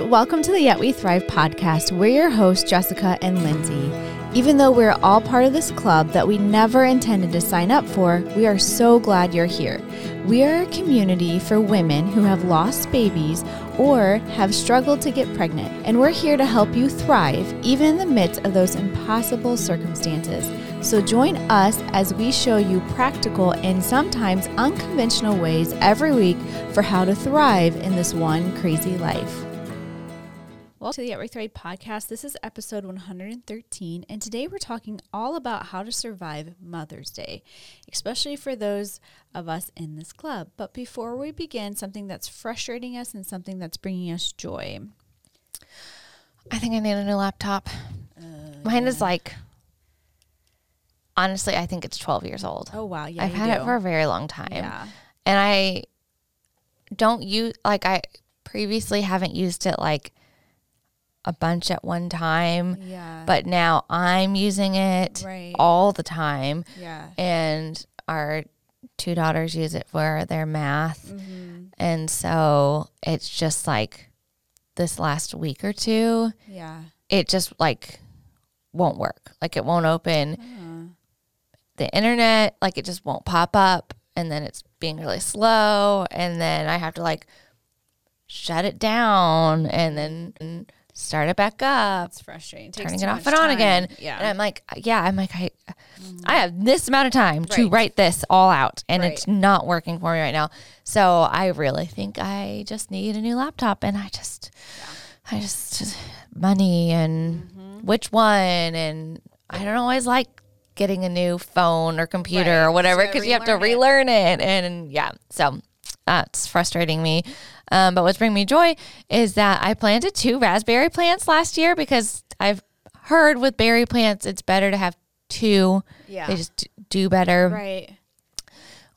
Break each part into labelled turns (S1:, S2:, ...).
S1: Welcome to the Yet We Thrive podcast. We're your hosts, Jessica and Lindsay. Even though we're all part of this club that we never intended to sign up for, we are so glad you're here. We are a community for women who have lost babies or have struggled to get pregnant, and we're here to help you thrive even in the midst of those impossible circumstances. So join us as we show you practical and sometimes unconventional ways every week for how to thrive in this one crazy life. Welcome to the At Work Thrive podcast. This is episode 113, and today we're talking all about how to survive Mother's Day, especially for those of us in this club. But before we begin, something that's frustrating us and something that's bringing us joy.
S2: I think I need a new laptop.
S1: Uh,
S2: Mine is like, honestly, I think it's 12 years old.
S1: Oh wow, yeah,
S2: I've
S1: you
S2: had
S1: do.
S2: it for a very long time.
S1: yeah,
S2: And I don't use, like, I previously haven't used it like a bunch at one time,
S1: yeah,
S2: but now I'm using it
S1: Right.
S2: all the time.
S1: yeah,
S2: And our two daughters use it for their math.
S1: Mm-hmm.
S2: And so it's just like this last week or two,
S1: yeah,
S2: it just like won't work. Like it won't open the internet, like it just won't pop up and then it's being really slow and then I have to like shut it down and then start it back up,
S1: it's frustrating. It takes
S2: turning
S1: too
S2: it off
S1: much
S2: and on
S1: time.
S2: again. Um, And
S1: Yeah,
S2: I'm like, uh, yeah, I'm like I I have this amount of time to
S1: Right.
S2: write this all out and
S1: Right.
S2: it's not working for me right now. So I really think I just need a new laptop and I just I just money and
S1: Mm-hmm.
S2: which one and I don't always like getting a new phone or computer
S1: Right.
S2: or whatever
S1: Just gotta
S2: because you have to
S1: relearn
S2: relearn it and yeah so that's frustrating me um, but what's bringing me joy is that I planted two raspberry plants last year because I've heard with berry plants it's better to have two
S1: Yeah.
S2: they just d- do better
S1: right.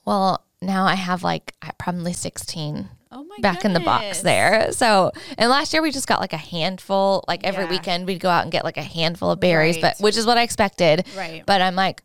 S2: well now I have like I- probably 16
S1: Oh my,
S2: back in the box
S1: goodness.
S2: there. So, and last year we just got like a handful, like every
S1: Yeah.
S2: weekend we'd go out and get like a handful of berries,
S1: Right.
S2: but which is what I expected.
S1: Right.
S2: But I'm like,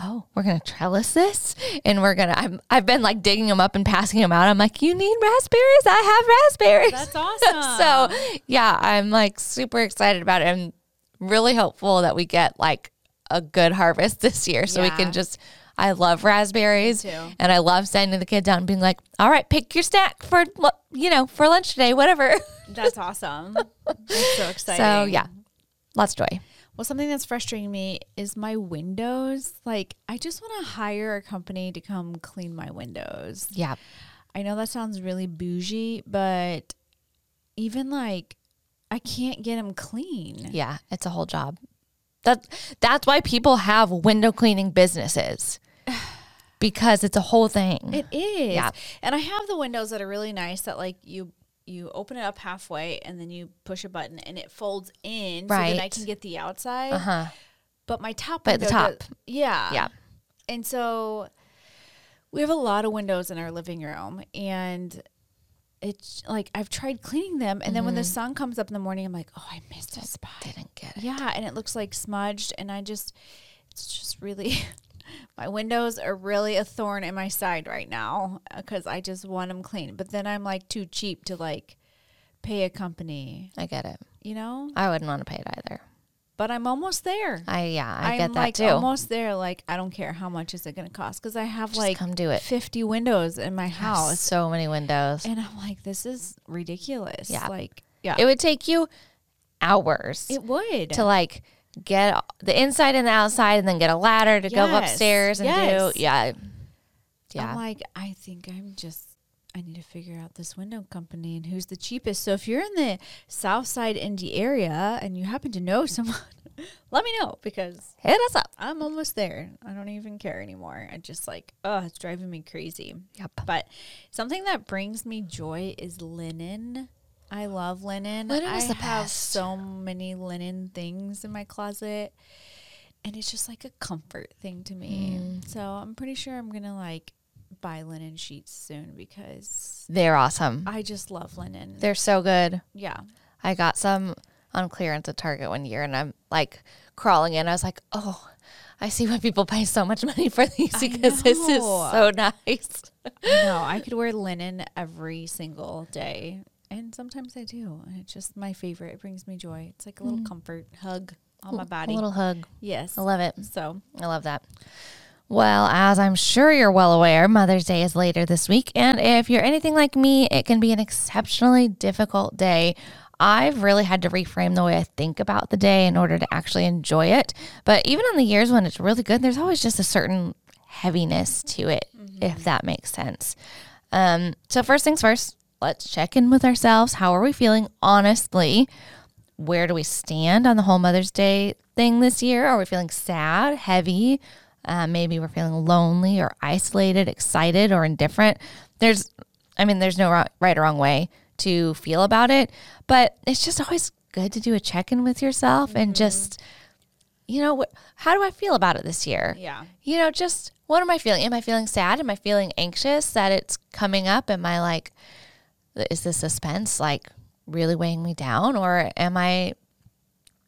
S2: oh, we're going to trellis this and we're going to, I'm, I've been like digging them up and passing them out. I'm like, you need raspberries? I have raspberries.
S1: That's awesome.
S2: so, yeah, I'm like super excited about it. I'm really hopeful that we get like a good harvest this year so
S1: Yeah.
S2: we can just. I love raspberries
S1: Me too.
S2: and I love sending the kids out and being like, all right, pick your snack for, lu- you know, for lunch today, whatever.
S1: That's awesome. That's so exciting.
S2: So, yeah, lots of joy.
S1: Well, something that's frustrating me is my windows. Like, I just want to hire a company to come clean my windows.
S2: Yeah.
S1: I know that sounds really bougie, but even like, I can't get them clean.
S2: Yeah. It's a whole job. That, that's why people have window cleaning businesses because it's a whole thing.
S1: It is.
S2: Yeah.
S1: And I have the windows that are really nice that like you you open it up halfway and then you push a button and it folds in so that I
S2: Right.
S1: can get the outside.
S2: uh huh.
S1: But my top
S2: But the
S1: window does-
S2: top.
S1: yeah.
S2: Yeah.
S1: And so we have a lot of windows in our living room and it's like I've tried cleaning them and then when the sun comes up in the morning I'm like, "Oh, I missed a spot."
S2: Didn't get it.
S1: Yeah, and it looks like smudged and I just it's just really my windows are really a thorn in my side right now cuz I just want them clean. But then I'm like too cheap to like pay a company,
S2: I get it.
S1: you know?
S2: I wouldn't want to pay it either.
S1: But I'm almost there.
S2: I, yeah, I
S1: am
S2: get that
S1: like
S2: too.
S1: almost there. Like I don't care how much is it going to cost because I have
S2: Just
S1: like
S2: come do it.
S1: 50 windows in my house,
S2: So many windows.
S1: and I'm like, this is ridiculous.
S2: Yeah.
S1: like yeah,
S2: It would take you hours
S1: it would.
S2: to like get the inside and the outside and then get a ladder to go
S1: Yes,
S2: upstairs and
S1: yes.
S2: do yeah. Yeah.
S1: I'm like, I think I'm just. I need to figure out this window company and who's the cheapest. So if you're in the South Side Indy area and you happen to know someone, let me know because
S2: Hit us up.
S1: I'm almost there. I don't even care anymore. I just like, oh, it's driving me crazy.
S2: Yep.
S1: But something that brings me joy is linen. I love linen.
S2: Linen
S1: I
S2: is the
S1: have
S2: best.
S1: so many linen things in my closet. And it's just like a comfort thing to me.
S2: Mm.
S1: So I'm pretty sure I'm gonna like buy linen sheets soon because
S2: They're awesome.
S1: I just love linen.
S2: They're so good.
S1: yeah.
S2: I got some on clearance at Target one year and I'm like crawling in. I was like, oh, I see why people pay so much money for these because this is
S1: know.
S2: so nice.
S1: No, I could wear linen every single day. And sometimes I do. And it's just my favorite. It brings me joy. It's like a little comfort hug on my body.
S2: Mm. A little hug.
S1: yes.
S2: I love it.
S1: So
S2: I love that. Well, as I'm sure you're well aware, Mother's Day is later this week. And if you're anything like me, it can be an exceptionally difficult day. I've really had to reframe the way I think about the day in order to actually enjoy it. But even on the years when it's really good, there's always just a certain heaviness to it, if that makes sense. Um, so, first things first, let's check in with ourselves. How are we feeling honestly? where do we stand on the whole Mother's Day thing this year? Are we feeling sad, heavy? Uh, maybe we're feeling lonely or isolated, excited or indifferent. There's, I mean, there's no ro- right or wrong way to feel about it, but it's just always good to do a check in with yourself and just, you know, wh- how do I feel about it this year?
S1: yeah.
S2: you know, just what am I feeling? Am I feeling sad? Am I feeling anxious that it's coming up? Am I like, is the suspense like really weighing me down? Or am I,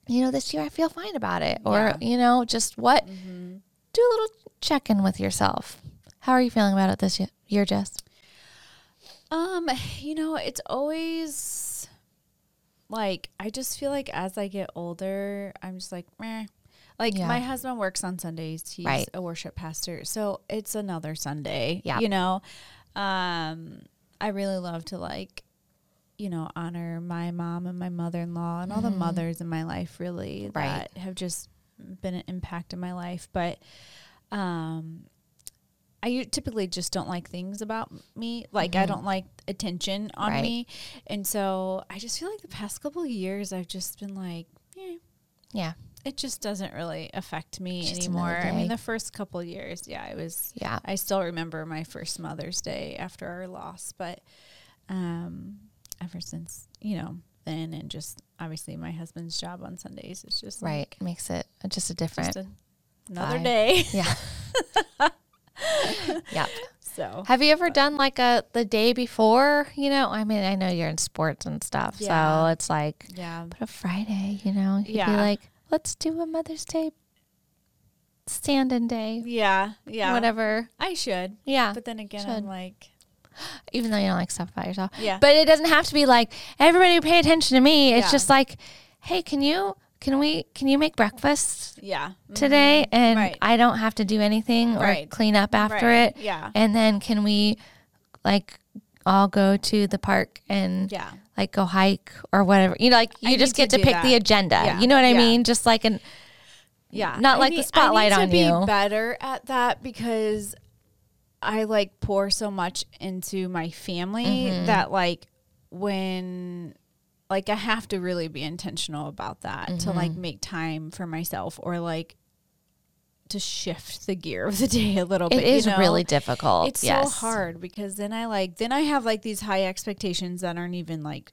S2: you know, this year I feel fine about it? Or,
S1: Yeah. Mm-hmm.
S2: you know, just what? Do a little check in with yourself. How are you feeling about it this y- year, Jess?
S1: Um, you know, it's always like I just feel like as I get older, I'm just like, meh. Like
S2: Yeah.
S1: my husband works on Sundays. He's
S2: Right.
S1: a worship pastor. So it's another Sunday.
S2: Yeah.
S1: You know? Um, I really love to like, you know, honor my mom and my mother in law and all the mothers in my life really
S2: Mm-hmm. Right.
S1: that have just been an impact in my life. But um I u- typically just don't like things about me. Like I don't like attention on
S2: Mm-hmm. Right.
S1: me, and so I just feel like the past couple of years I've just been like, eh,
S2: Yeah.
S1: it just doesn't really affect me
S2: It's just another
S1: anymore. I mean,
S2: day.
S1: the first couple of years, yeah, I was.
S2: Yeah.
S1: I still remember my first Mother's Day after our loss, but um, ever since you know then, and just obviously my husband's job on Sundays is just like,
S2: Right. Makes it just a different.
S1: just another
S2: vibe.
S1: day.
S2: yeah. yeah.
S1: So
S2: Have you ever done like a the day before? You know, I mean, I know you're in sports and stuff,
S1: Yeah.
S2: so it's like
S1: yeah,
S2: but a Friday. You know, you'd
S1: Yeah.
S2: be like, let's do a Mother's Day stand-in day,
S1: yeah, yeah.
S2: whatever.
S1: I should.
S2: Yeah,
S1: But then again,
S2: Should.
S1: I'm like,
S2: even though you don't like stuff about yourself.
S1: Yeah.
S2: but it doesn't have to be like everybody pay attention to me. It's
S1: Yeah.
S2: just like, hey, can you can we can you make breakfast?
S1: yeah, mm,
S2: Today, and
S1: Right.
S2: I don't have to do anything or
S1: Right.
S2: clean up after
S1: right,
S2: it.
S1: Yeah,
S2: And then can we like all go to the park and
S1: yeah,
S2: like go hike or whatever? You know, like you
S1: I
S2: just
S1: need
S2: get
S1: to
S2: to
S1: do
S2: pick the
S1: that.
S2: agenda.
S1: Yeah.
S2: You know what I
S1: Yeah.
S2: mean? Just like an
S1: yeah.
S2: Not
S1: I
S2: like the
S1: need- I need
S2: spotlight
S1: to
S2: on
S1: be
S2: you.
S1: Better at that because I like pour so much into my family
S2: Mm-hmm.
S1: that like when like I have to really be intentional about that to like
S2: Mm-hmm.
S1: make time for myself or like to shift the gear of the day a little
S2: it
S1: bit.
S2: is
S1: you know?
S2: really difficult.
S1: It's
S2: Oh, yes.
S1: so hard because then I like then I have like these high expectations that aren't even like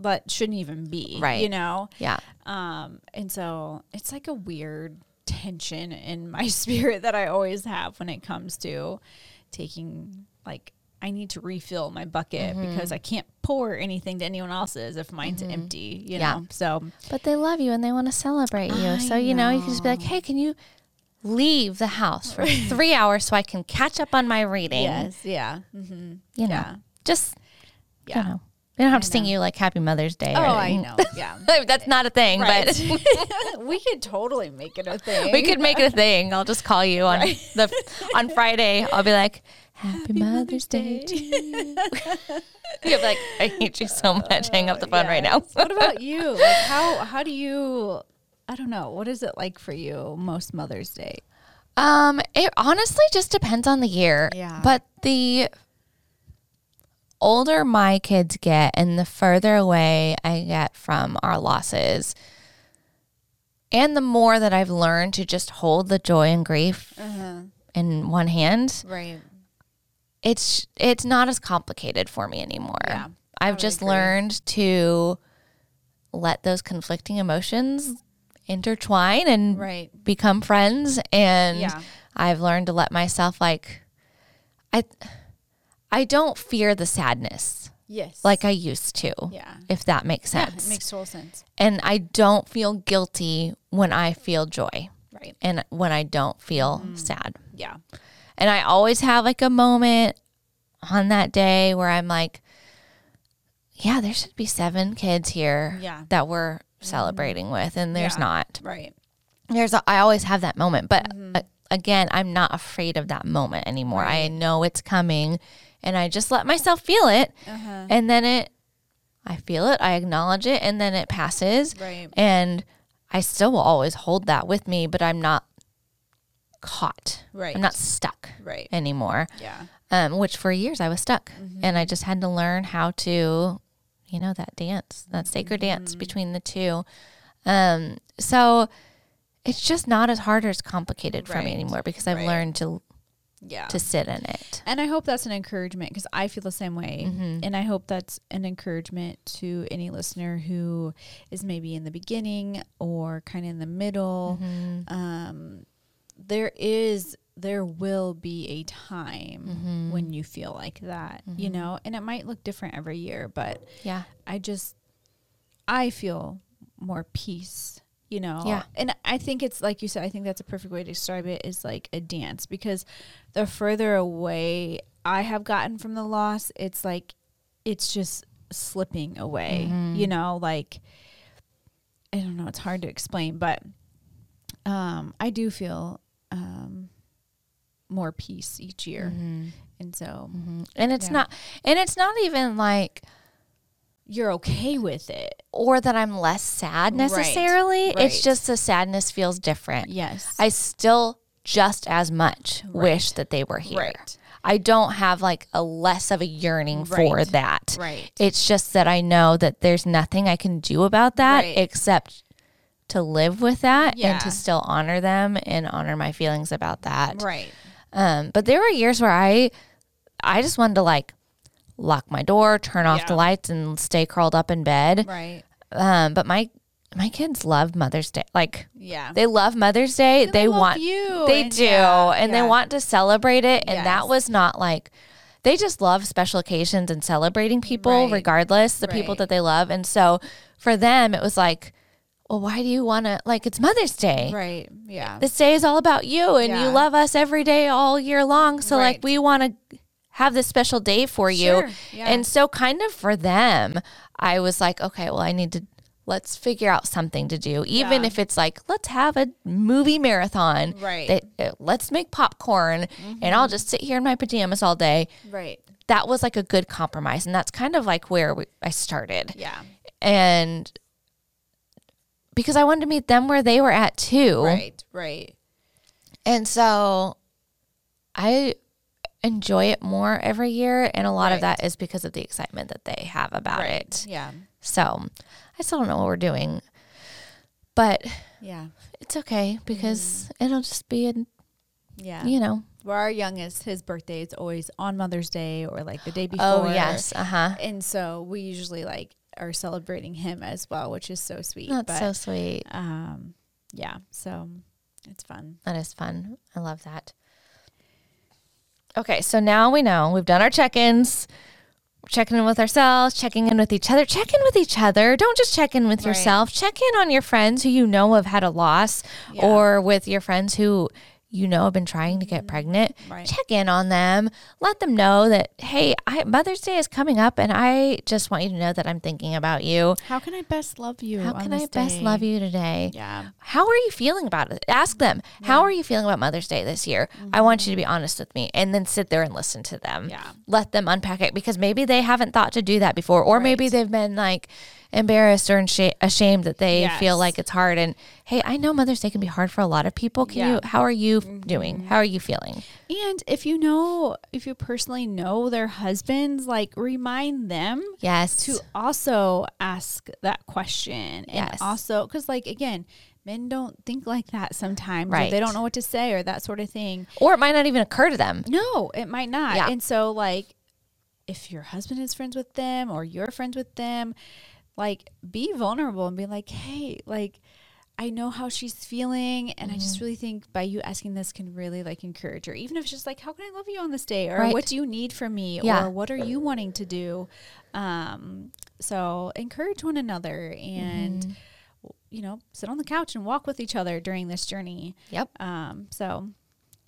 S1: but shouldn't even be.
S2: Right.
S1: You know?
S2: Yeah.
S1: Um, and so it's like a weird tension in my spirit that I always have when it comes to taking like I need to refill my bucket
S2: Mm-hmm.
S1: because I can't pour anything to anyone else's if mine's empty, you
S2: Yeah.
S1: know. So
S2: But they love you and they want to celebrate you.
S1: I
S2: so, you know, you can just be like, hey, can you leave the house for three hours so I can catch up on my reading?
S1: yeah. Mm-hmm.
S2: You know,
S1: yeah.
S2: just,
S1: Yeah.
S2: you know, they don't have to sing you like Happy Mother's Day.
S1: Oh,
S2: or
S1: I
S2: anything.
S1: know. Yeah.
S2: That's not a thing, but
S1: we could totally make it a thing.
S2: we could make it a thing. I'll just call you on the on Friday. I'll be like, "Happy Mother's Day." to you." You're like, "I hate you so much. Hang up the phone right now."
S1: what about you? Like how how do you I don't know, what is it like for you most Mother's Day?
S2: Um, it honestly just depends on the year.
S1: Yeah.
S2: But the older my kids get and the further away I get from our losses, and the more that I've learned to just hold the joy and grief
S1: Uh.
S2: in one hand,
S1: Uh-huh. Right.
S2: it's it's not as complicated for me anymore.
S1: Yeah, I
S2: I've
S1: would
S2: just
S1: agree.
S2: learned to let those conflicting emotions intertwine and
S1: Right.
S2: become friends and
S1: Yeah.
S2: I've learned to let myself like I I don't fear the sadness
S1: Yes.
S2: like I used to.
S1: Yeah.
S2: If that makes
S1: Yeah,
S2: sense.
S1: it makes total sense.
S2: and I don't feel guilty when I feel joy
S1: Right. Mm.
S2: and when I don't feel sad.
S1: Yeah.
S2: And I always have like a moment on that day where I'm like, yeah, there should be seven kids here
S1: Yeah. Mm-hmm.
S2: that we're celebrating with, and there's
S1: Yeah.
S2: not.
S1: Right.
S2: There's, a, I always have that moment, but
S1: Mm-hmm.
S2: a- again, I'm not afraid of that moment anymore. I know it's coming, and I just let myself feel it,
S1: Uh-huh.
S2: and then it, I feel it, I acknowledge it, and then it passes,
S1: Right.
S2: and I still will always hold that with me, but I'm not caught.
S1: Right.
S2: I'm not stuck
S1: Right.
S2: anymore
S1: Yeah.
S2: um, which for years I was stuck,
S1: Mm-hmm.
S2: and I just had to learn how to, you know, that dance, that sacred dance
S1: Mm-hmm.
S2: between the two. Um, so it's just not as hard or as complicated for me
S1: Right.
S2: anymore because I've
S1: Right. Um,
S2: learned to
S1: Yeah.
S2: to sit in it.
S1: And I hope that's an encouragement because I feel the same way. And I hope that's an encouragement to any listener who is maybe in the beginning or kind of in the middle. Um, there is, there will be a time when you feel like that, you know, and it might look different every year, but
S2: Yeah,
S1: I just I feel more peace, you know.
S2: Yeah.
S1: And I think it's like you said, I think that's a perfect way to describe it is like a dance because the further away I have gotten from the loss, it's like it's just slipping away. You know, like I don't know, it's hard to explain, but um I do feel um more peace each year. And so
S2: Mm-hmm. and it's
S1: Yeah.
S2: not, and it's not even like
S1: you're okay with it.
S2: or that I'm less sad necessarily. It's
S1: right.
S2: just the sadness feels different.
S1: Yes.
S2: I still just as much wish that they were here.
S1: Right.
S2: I don't have like a less of a yearning for
S1: Right.
S2: that.
S1: Right.
S2: It's just that I know that there's nothing I can do about that
S1: Right.
S2: except to live with that and
S1: Yeah.
S2: to still honor them and honor my feelings about that.
S1: right.
S2: Um, but there were years where I, I just wanted to like lock my door, turn off the
S1: Yeah.
S2: lights, and stay curled up in bed.
S1: Right.
S2: Um, but my my kids love Mother's Day. Like
S1: Yeah.
S2: they love Mother's Day. They,
S1: love
S2: want
S1: you
S2: They
S1: and
S2: do,
S1: yeah,
S2: and
S1: yeah.
S2: they want to celebrate it. And
S1: Yes.
S2: that was not like they just love special occasions and celebrating people,
S1: Right.
S2: regardless the people
S1: Right.
S2: that they love. And so for them, it was like, well, why do you want to like? It's Mother's Day.
S1: Right. Yeah.
S2: This day is all about you, and
S1: Yeah.
S2: you love us every day, all year long. So
S1: Right.
S2: like, we want to have this special day for you.
S1: Sure, yeah.
S2: And so, kind of for them, I was like, okay, well, I need to let's figure out something to do, even
S1: Yeah.
S2: if it's like let's have a movie marathon.
S1: Right. Mm-hmm.
S2: That- uh, let's make popcorn, and I'll just sit here in my pajamas all day.
S1: right.
S2: That was like a good compromise, and that's kind of like where we, I started
S1: Yeah.
S2: and because I wanted to meet them where they were at too.
S1: Right. Right.
S2: And so I enjoy it more every year and a lot of
S1: Right.
S2: that is because of the excitement that they have about it.
S1: Yeah.
S2: So, I still don't know what we're doing. But
S1: Yeah.
S2: it's okay because it'll just be in,
S1: Mm. Yeah.
S2: you know.
S1: Where our youngest, his birthday is always on Mother's Day or like the day before.
S2: Oh, yes. Uh-huh.
S1: And so we usually like are celebrating him as well, which is so sweet.
S2: That's
S1: but
S2: so sweet.
S1: um yeah. So it's fun.
S2: That is fun. I love that. Okay, so now we know we've done our check ins, checking in with ourselves, checking in with each other. Check in with each other. Don't just check in with yourself. Check in on your friends who you know have had a loss
S1: Yeah.
S2: or with your friends who you know have been trying to get pregnant.
S1: Mm-hmm. Right.
S2: Check in on them. Let them know that, hey, I, Mother's Day is coming up and I just want you to know that I'm thinking about you.
S1: How can I best love you?
S2: How can I best love you today?
S1: Yeah.
S2: how are you feeling about it? Ask them, how are you feeling about Mother's Day this year? I want you to be honest with me and then sit there and listen to them.
S1: Mm-hmm. Yeah.
S2: Let them unpack it because maybe they haven't thought to do that before, or maybe they've been like embarrassed or insha- ashamed that they feel
S1: Yes.
S2: like it's hard. And hey, I know Mother's Day can be hard for a lot of people. Can
S1: Yeah. Mm-hmm.
S2: you, how are you doing? How are you feeling?
S1: And if you know if you personally know their husbands, like remind them
S2: Yes.
S1: to also ask that question and
S2: Yes.
S1: also because like again men don't think like that sometimes or
S2: Right.
S1: they don't know what to say or that sort of thing
S2: or it might not even occur to them.
S1: no it might not
S2: Yeah.
S1: and so like if your husband is friends with them or you're friends with them like be vulnerable and be like hey like I know how she's feeling, and I
S2: Mm-hmm.
S1: just really think by you asking this can really like encourage her. Even if it's just like, "How can I love you on this day?" or
S2: Right.
S1: "What do you need from me?"
S2: Yeah.
S1: or "What are you wanting to do?" Um, so encourage one another, and
S2: Mm-hmm.
S1: you know, sit on the couch and walk with each other during this journey.
S2: Yep.
S1: Um, so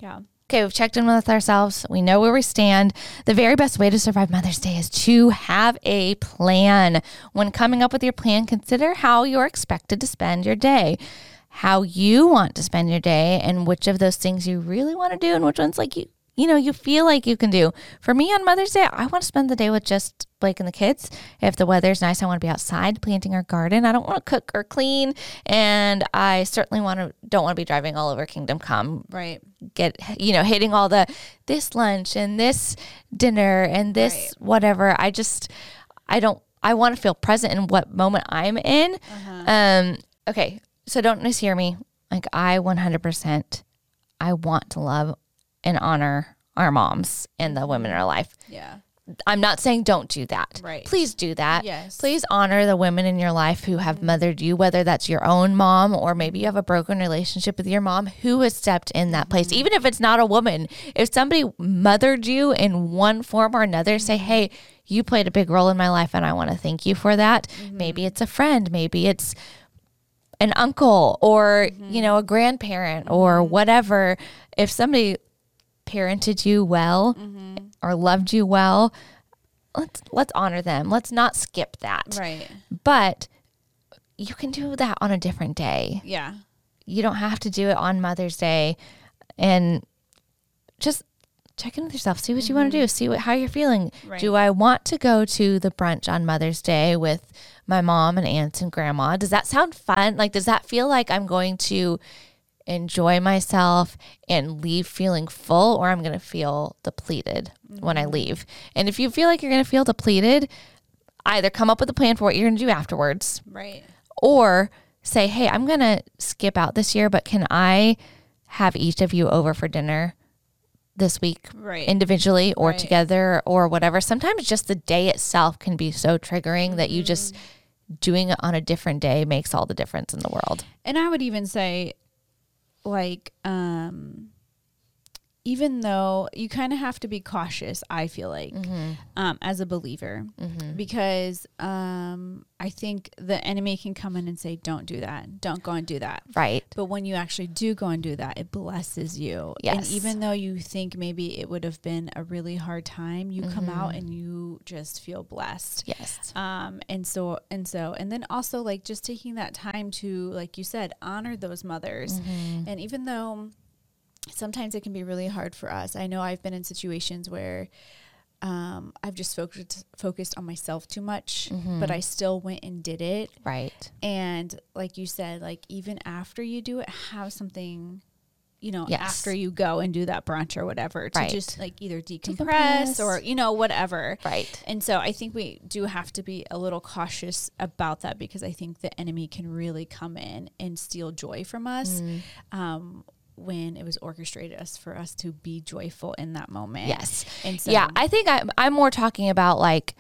S1: yeah,
S2: Okay, we've checked in with ourselves. We know where we stand. The very best way to survive Mother's Day is to have a plan. When coming up with your plan, consider how you're expected to spend your day, how you want to spend your day, and which of those things you really want to do and which ones like you you know, you feel like you can do. For me on Mother's Day, I want to spend the day with just Blake and the kids. If the weather's nice, I want to be outside planting our garden. I don't want to cook or clean, and I certainly want to don't want to be driving all over Kingdom Come
S1: Right.
S2: get you know hitting all the this lunch and this dinner and this whatever i just i don't i want to feel present in what moment i'm in um okay so don't mishear me like i 100% i want to love and honor our moms and the women in our life
S1: Yeah.
S2: i'm not saying don't do that
S1: Right.
S2: please do that
S1: Yes. Mm-hmm.
S2: please honor the women in your life who have mothered you whether that's your own mom or maybe you have a broken relationship with your mom who has stepped in that
S1: Mm-hmm.
S2: place even if it's not a woman if somebody mothered you in one form or another say
S1: Mm-hmm.
S2: hey you played a big role in my life and i want to thank you for that
S1: Mm-hmm.
S2: maybe it's a friend maybe it's an uncle or
S1: Mm-hmm.
S2: you know a grandparent or whatever if somebody parented you well or loved you well let's let's honor them let's not skip that
S1: Right.
S2: but you can do that on a different day
S1: Yeah.
S2: you don't have to do it on mother's day and just check in with yourself see what you want to do see what, how you're feeling
S1: Right.
S2: do i want to go to the brunch on mother's day with my mom and aunts and grandma does that sound fun like does that feel like i'm going to enjoy myself and leave feeling full or i'm going to feel depleted when i leave and if you feel like you're going to feel depleted either come up with a plan for what you're going to do afterwards
S1: Right.
S2: or say, hey, I'm going to skip out this year, but can I have each of you over for dinner this week
S1: Right.
S2: individually or
S1: Right.
S2: together or whatever? Sometimes just the day itself can be so triggering that you just doing it on a different day makes all the difference in the world.
S1: and I would even say, like, um, even though you kind of have to be cautious, I feel like, um, as a believer, because um, I think the enemy can come in and say, "Don't do that. Don't go and do that."
S2: Right.
S1: But when you actually do go and do that, it blesses you.
S2: Yes.
S1: And even though you think maybe it would have been a really hard time, you come out and you just feel blessed.
S2: Yes.
S1: Um, and so, and so, and then also like just taking that time to, like you said, honor those mothers.
S2: Mm-hmm.
S1: And even though sometimes it can be really hard for us, I know I've been in situations where um, I've just focused, focused on myself too much,
S2: Mm-hmm.
S1: but I still went and did it.
S2: Right.
S1: And like you said, like even after you do it, have something, you know,
S2: Yes.
S1: after you go and do that brunch or whatever to
S2: Right.
S1: just like either decompress,
S2: Decompress.
S1: or, you know, whatever.
S2: Right.
S1: And so I think we do have to be a little cautious about that because I think the enemy can really come in and steal joy from us
S2: Mm.
S1: um, when it was orchestrated us for us to be joyful in that moment.
S2: Yes.
S1: And so,
S2: yeah, I think I, I'm more talking about like,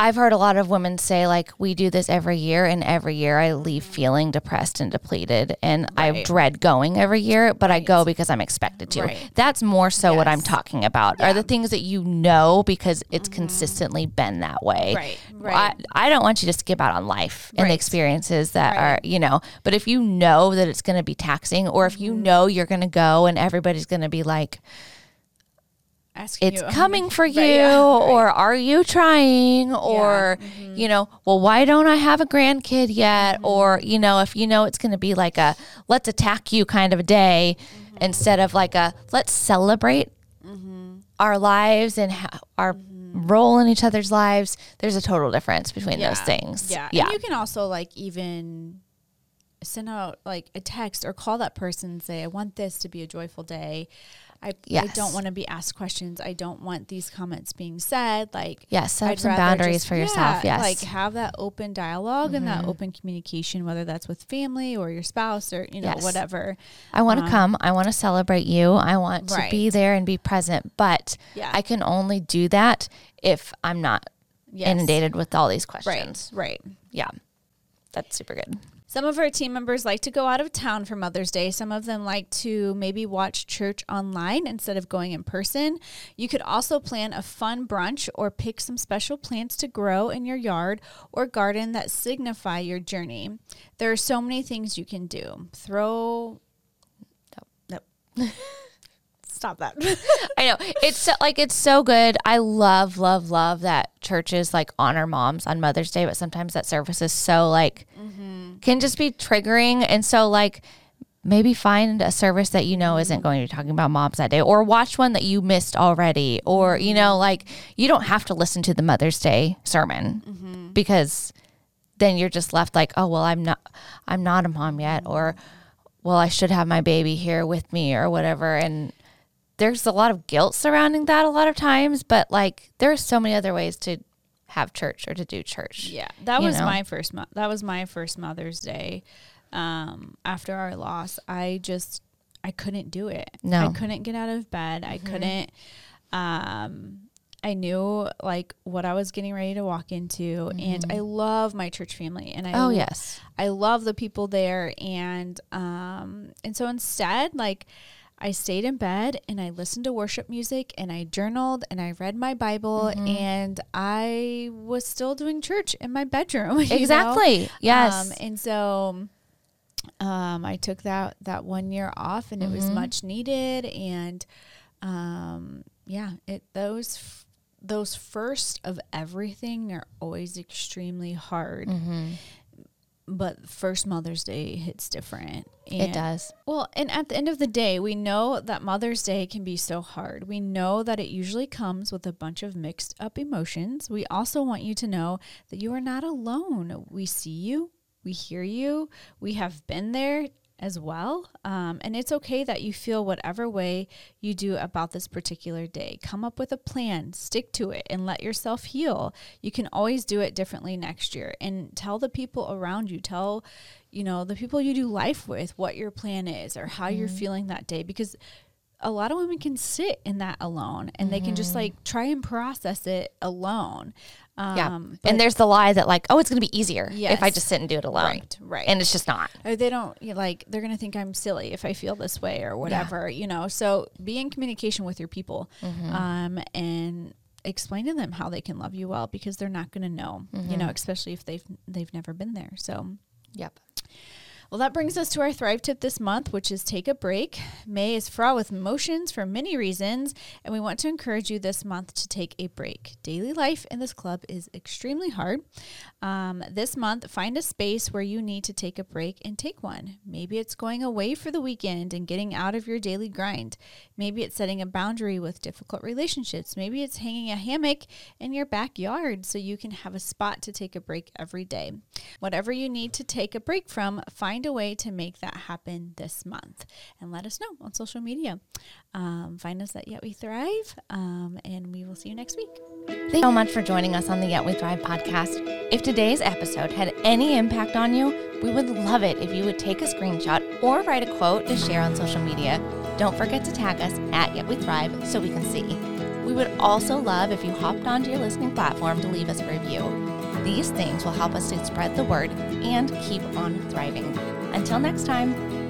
S2: I've heard a lot of women say, like, we do this every year, and every year I leave feeling depressed and depleted, and I
S1: Mm-hmm. Right.
S2: dread going every year, but I go because I'm expected to.
S1: Right.
S2: That's more so what I'm
S1: Yes. Mm-hmm.
S2: talking about are the things that you know because it's consistently been that way.
S1: Right, right.
S2: I, I don't want you to skip out on life and the
S1: Right.
S2: experiences that
S1: Right.
S2: are, you know, but if you know that it's going to be taxing, or if
S1: Mm-hmm.
S2: you know you're going to go and everybody's going to be like,
S1: asking
S2: it's
S1: you- uh-huh.
S2: coming for you
S1: yeah, right. mm-hmm.
S2: or are you trying or you know well why don't i have a grandkid yet or you know if you know it's going to be like a let's attack you kind of a day
S1: Mm-hmm.
S2: instead of like a let's celebrate our lives and ho- our role in each other's lives there's a total difference between those
S1: Mm-hmm. Yeah.
S2: things
S1: Yeah.
S2: yeah
S1: And you can also like even send out like a text or call that person and say, I want this to be a joyful day. I, I
S2: Yes.
S1: don't want to be asked questions. I don't want these comments being said. Like,
S2: Yes, set up
S1: I'd
S2: some
S1: rather
S2: boundaries
S1: just-
S2: for yourself, yes. Mm-hmm.
S1: Like have that open dialogue and that open communication, whether that's with family or your spouse or, you know,
S2: Yes.
S1: whatever.
S2: I want to come. I want to celebrate you. I want
S1: Um, Right.
S2: to be there and be present. But
S1: Yeah.
S2: I can only do that if I'm not
S1: Yes.
S2: inundated with all these
S1: Right.
S2: questions.
S1: Right.
S2: Yeah. That's super good.
S1: Some of our team members like to go out of town for Mother's Day. Some of them like to maybe watch church online instead of going in person. You could also plan a fun brunch or pick some special plants to grow in your yard or garden that signify your journey. There are so many things you can do. Throw. Nope. Stop that.
S2: I know it's so, like it's so good. I love, love, love that churches like honor moms on Mother's Day, but sometimes that service is so like can just be triggering, and so like maybe find a service that you know isn't going to be talking about moms that day, or watch one that you missed already, or you know like you don't have to listen to the Mother's Day sermon
S1: Mm-hmm.
S2: because then you're just left like oh well i'm not i'm not a mom yet or well i should have my baby here with me or whatever and there's a lot of guilt surrounding that a lot of times but like there are so many other ways to have church or to do church
S1: yeah, that
S2: You
S1: was
S2: know.
S1: my first. Mo- that was my first Mother's Day. Um, after our loss, I just I couldn't do it.
S2: No. Mm-hmm.
S1: I couldn't get out of bed. I couldn't. Um, I knew like what I was getting ready to walk into, and I love my church family, and I
S2: Mm-hmm. oh
S1: lo-
S2: yes
S1: I love the people there and um and so instead like I stayed in bed and I listened to worship music and I journaled and I read my Bible and I was still doing church in my bedroom. you know?
S2: exactly yes
S1: Um, and so um I took that that one year off and it
S2: Mm-hmm.
S1: was much needed and um yeah, it those f- those first of everything are always extremely hard
S2: Mm-hmm.
S1: but first Mother's Day hits different.
S2: it
S1: And-
S2: does
S1: Well, and at the end of the day, we know that Mother's Day can be so hard. We know that it usually comes with a bunch of mixed up emotions. We also want you to know that you are not alone. We see you, we hear you, we have been there as well. Um, and it's okay that you feel whatever way you do about this particular day. Come up with a plan, stick to it, and let yourself heal. You can always do it differently next year. And tell the people around you, tell, you know, the people you do life with what your plan is or how you're feeling that day because a lot of women can sit in that alone and they can just like try and process it alone. Um,
S2: yeah
S1: but-
S2: and there's the lie that like oh it's going to be easier if i
S1: Yes.
S2: just sit and do it alone
S1: Right, right.
S2: and it's just not
S1: or they don't you know, like they're gonna think i'm silly if i feel this way or whatever you know so be in communication with your people um, and explain to them how they can love you well because they're not gonna know you know especially if they've they've never been there so
S2: yep
S1: well, that brings us to our Thrive Tip this month, which is take a break. May is fraught with emotions for many reasons, and we want to encourage you this month to take a break. Daily life in this club is extremely hard. Um, this month, find a space where you need to take a break and take one. Maybe it's going away for the weekend and getting out of your daily grind. Maybe it's setting a boundary with difficult relationships. Maybe it's hanging a hammock in your backyard so you can have a spot to take a break every day. Whatever you need to take a break from, find a way to make that happen this month. And let us know on social media. Um, find us at Yet We Thrive, um, and we will see you next week.
S2: Thank you so much for joining us on the Yet We Thrive podcast. If today's episode had any impact on you, we would love it if you would take a screenshot or write a quote to share on social media. Don't forget to tag us at Yet We Thrive so we can see. We would also love if you hopped onto your listening platform to leave us a review. These things will help us to spread the word and keep on thriving. Until next time,